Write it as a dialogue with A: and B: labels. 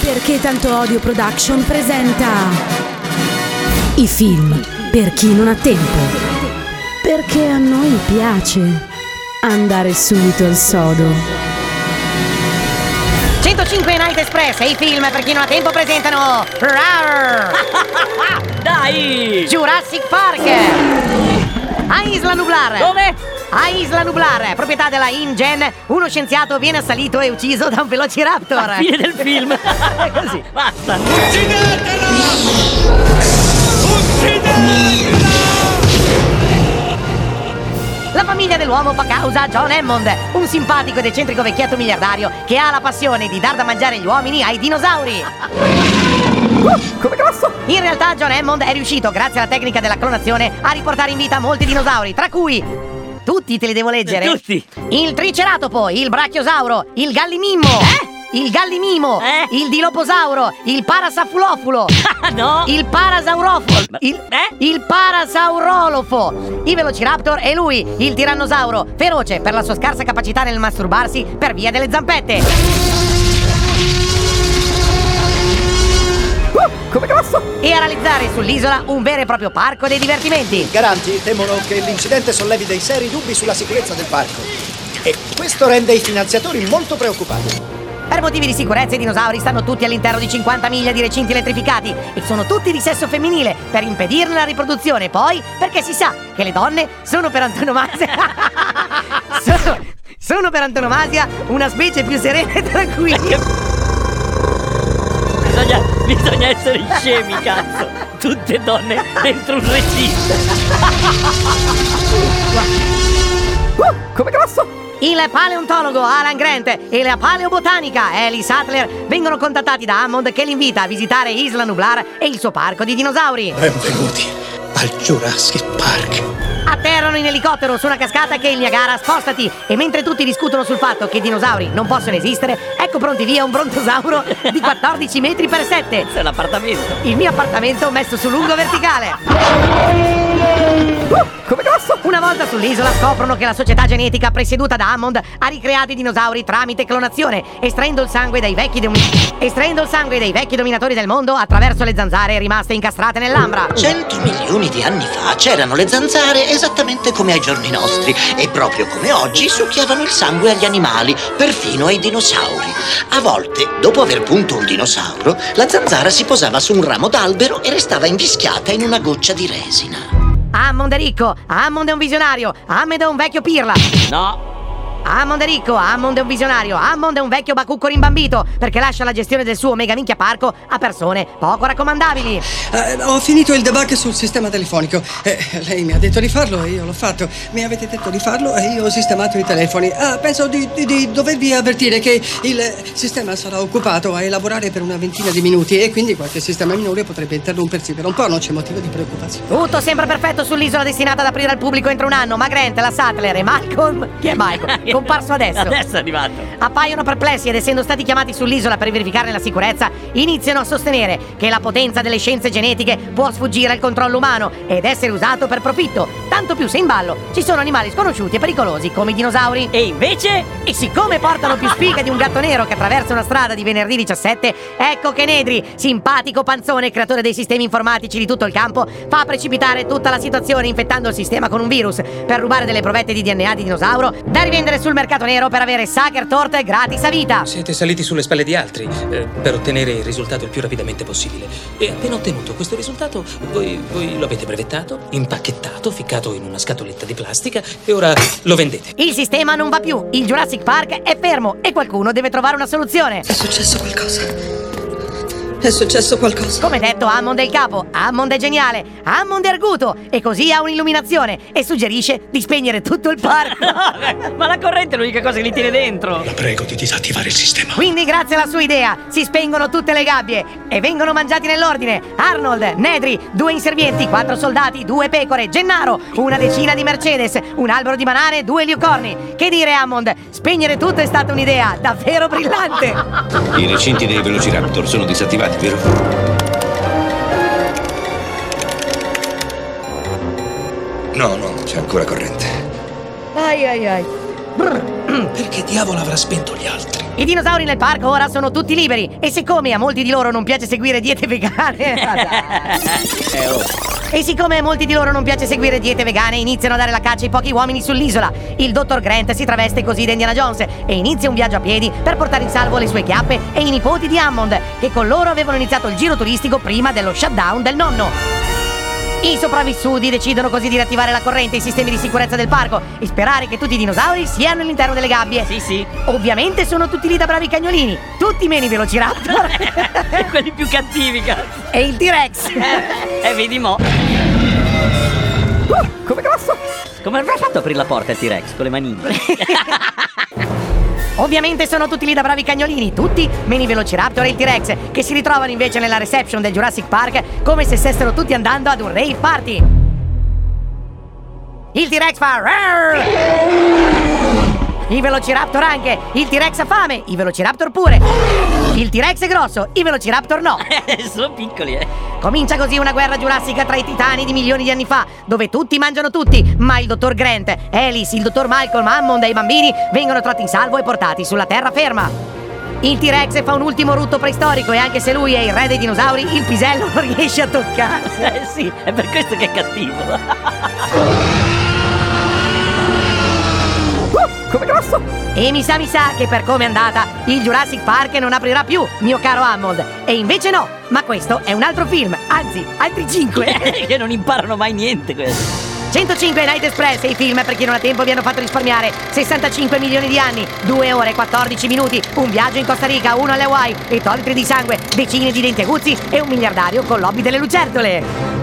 A: Perché tanto odio production presenta i film per chi non ha tempo. Perché a noi piace andare subito al sodo.
B: 105 Night Express e i film per chi non ha tempo presentano Rar,
C: Dai!
B: Jurassic Park A Isla Nublar
C: Dove?
B: A Isla Nublar, proprietà della InGen, uno scienziato viene assalito e ucciso da un velociraptor
C: Fine del film! Così, basta!
D: Uccidetela! Uccidetela!
B: La famiglia dell'uomo fa causa a John Hammond, un simpatico ed eccentrico vecchietto miliardario che ha la passione di dar da mangiare gli uomini ai dinosauri. Come grosso! In realtà John Hammond è riuscito, grazie alla tecnica della clonazione, a riportare in vita molti dinosauri, tra cui... Tutti te li devo leggere?
C: Tutti!
B: Il triceratopo, il brachiosauro, il gallimimmo, il gallimimo,
C: Eh?
B: il diloposauro, il parasafulofulo,
C: Ah, no!
B: il parasaurofo. Il,
C: Eh?
B: il parasaurolofo. I velociraptor e lui, il tirannosauro, feroce per la sua scarsa capacità nel masturbarsi per via delle zampette. come grosso! E a realizzare sull'isola un vero e proprio parco dei divertimenti.
E: Garanti temono che l'incidente sollevi dei seri dubbi sulla sicurezza del parco. E questo rende i finanziatori molto preoccupati.
B: Per motivi di sicurezza i dinosauri stanno tutti all'interno di 50 miglia di recinti elettrificati e sono tutti di sesso femminile per impedirne la riproduzione. Poi, perché si sa che le donne sono per antonomasia. sono, sono per antonomasia una specie più serena e tranquilla.
C: Bisogna, bisogna essere scemi, cazzo! Tutte donne dentro un recinto!
B: come grosso! Il paleontologo Alan Grant e la paleobotanica Ellie Sattler vengono contattati da Hammond che li invita a visitare Isla Nublar e il suo parco di dinosauri.
E: Benvenuti al Jurassic Park.
B: Atterrano in elicottero su una cascata che è il Niagara, spostati! E mentre tutti discutono sul fatto che i dinosauri non possono esistere, ecco pronti via un brontosauro di 14 metri per 7.
C: Questo è l'appartamento!
B: Il mio appartamento messo su lungo verticale. Uh, come grosso! Una volta sull'isola scoprono che la società genetica presieduta da Hammond ha ricreato i dinosauri tramite clonazione, estraendo il sangue dai vecchi, domi- estraendo il sangue dei vecchi dominatori del mondo attraverso le zanzare rimaste incastrate nell'ambra.
F: Cento milioni di anni fa c'erano le zanzare esattamente come ai giorni nostri e proprio come oggi succhiavano il sangue agli animali, perfino ai dinosauri. A volte, dopo aver punto un dinosauro, la zanzara si posava su un ramo d'albero e restava invischiata in una goccia di resina.
B: Hammond è ricco, Hammond è un visionario, Hammond è un vecchio pirla.
C: No!
B: Hammond è ricco, Hammond è un visionario, Hammond è un vecchio bacucco rimbambito perché lascia la gestione del suo mega minchia parco a persone poco raccomandabili.
G: Eh, ho finito il debug sul sistema telefonico. Eh, lei mi ha detto di farlo e io l'ho fatto. Mi avete detto di farlo e io ho sistemato i telefoni. Ah, penso di, di- di dovervi avvertire che il sistema sarà occupato a elaborare per una ventina di minuti e quindi qualche sistema minore potrebbe interrompersi per un po'. Non c'è motivo di preoccupazione.
B: Tutto sembra perfetto sull'isola destinata ad aprire al pubblico entro un anno, ma Grant, la Sattler e Malcolm, chi è Malcolm? Comparso adesso.
C: Adesso è arrivato!
B: Appaiono perplessi ed essendo stati chiamati sull'isola per verificarne la sicurezza, iniziano a sostenere che la potenza delle scienze genetiche può sfuggire al controllo umano ed essere usato per profitto, tanto più se in ballo ci sono animali sconosciuti e pericolosi come i dinosauri.
C: E invece...
B: E siccome portano più sfiga di un gatto nero che attraversa una strada di venerdì 17, ecco che Nedri, simpatico panzone, creatore dei sistemi informatici di tutto il campo, fa precipitare tutta la situazione infettando il sistema con un virus per rubare delle provette di DNA di dinosauro da rivendere sul mercato nero per avere Sager Torte gratis a vita.
H: Siete saliti sulle spalle di altri eh, per ottenere il risultato il più rapidamente possibile. E appena ottenuto questo risultato, voi, voi lo avete brevettato, impacchettato, ficcato in una scatoletta di plastica e ora lo vendete.
B: Il sistema non va più, il Jurassic Park è fermo e qualcuno deve trovare una soluzione.
G: È successo qualcosa. È successo qualcosa.
B: Come detto, Hammond è il capo, Hammond è geniale, Hammond è arguto e così ha un'illuminazione e suggerisce di spegnere tutto il parco.
C: eh, Ma la corrente è l'unica cosa che li tiene dentro!
E: La prego di disattivare il sistema.
B: Quindi, grazie alla sua idea, si spengono tutte le gabbie e vengono mangiati nell'ordine Arnold, Nedri, due inservienti, quattro soldati, due pecore, Gennaro, una decina di Mercedes, un albero di banane, due liucorni. Che dire, Hammond? Spegnere tutto è stata un'idea davvero brillante.
I: I recinti dei Velociraptor sono disattivati, vero?
E: No, no, c'è ancora corrente.
B: Ai ai ai. Brr.
H: Perché diavolo avrà spento gli altri?
B: I dinosauri nel parco ora sono tutti liberi e siccome a molti di loro non piace seguire diete vegane... ma dai. E siccome a molti di loro non piace seguire diete vegane, iniziano a dare la caccia ai pochi uomini sull'isola. Il dottor Grant si traveste così da Indiana Jones e inizia un viaggio a piedi per portare in salvo le sue chiappe e i nipoti di Hammond, che con loro avevano iniziato il giro turistico prima dello shutdown del nonno. I sopravvissuti decidono così di riattivare la corrente e i sistemi di sicurezza del parco e sperare che tutti i dinosauri siano all'interno delle gabbie.
C: Sì, sì.
B: Ovviamente sono tutti lì da bravi cagnolini, tutti meno i velociraptor
C: Quelli più cattivi, cazzo.
B: e il T-Rex.
C: Eh, eh, vedi mo.
B: Uh, come grosso!
C: Come avrà fatto a aprire la porta il T-Rex con le maniglie?
B: Ovviamente sono tutti lì da bravi cagnolini, tutti meno i velociraptor e il T-Rex, che si ritrovano invece nella reception del Jurassic Park come se stessero tutti andando ad un rave party. Il T-Rex fa "Rar!" I velociraptor anche, il T-Rex ha fame, i velociraptor pure. Il T-Rex è grosso, i velociraptor no.
C: Sono piccoli, eh.
B: Comincia così una guerra giurassica tra i titani di milioni di anni fa, dove tutti mangiano tutti, ma il dottor Grant, Alice, il dottor Malcolm, Hammond e i bambini vengono tratti in salvo e portati sulla terraferma. Il T-Rex fa un ultimo rutto preistorico e anche se lui è il re dei dinosauri, il pisello non riesce a toccarlo.
C: Eh sì, è per questo che è cattivo.
B: E mi sa mi sa che per come è andata, il Jurassic Park non aprirà più, mio caro Hammond. E invece no, ma questo è un altro film, anzi, altri cinque.
C: che non imparano mai niente questo.
B: 105 Night Express e i film per chi non ha tempo vi hanno fatto risparmiare 65 milioni di anni, 2 ore e 14 minuti, un viaggio in Costa Rica, uno alle Hawaii, ettolitri di sangue, decine di denti aguzzi e un miliardario con l'hobby delle lucertole.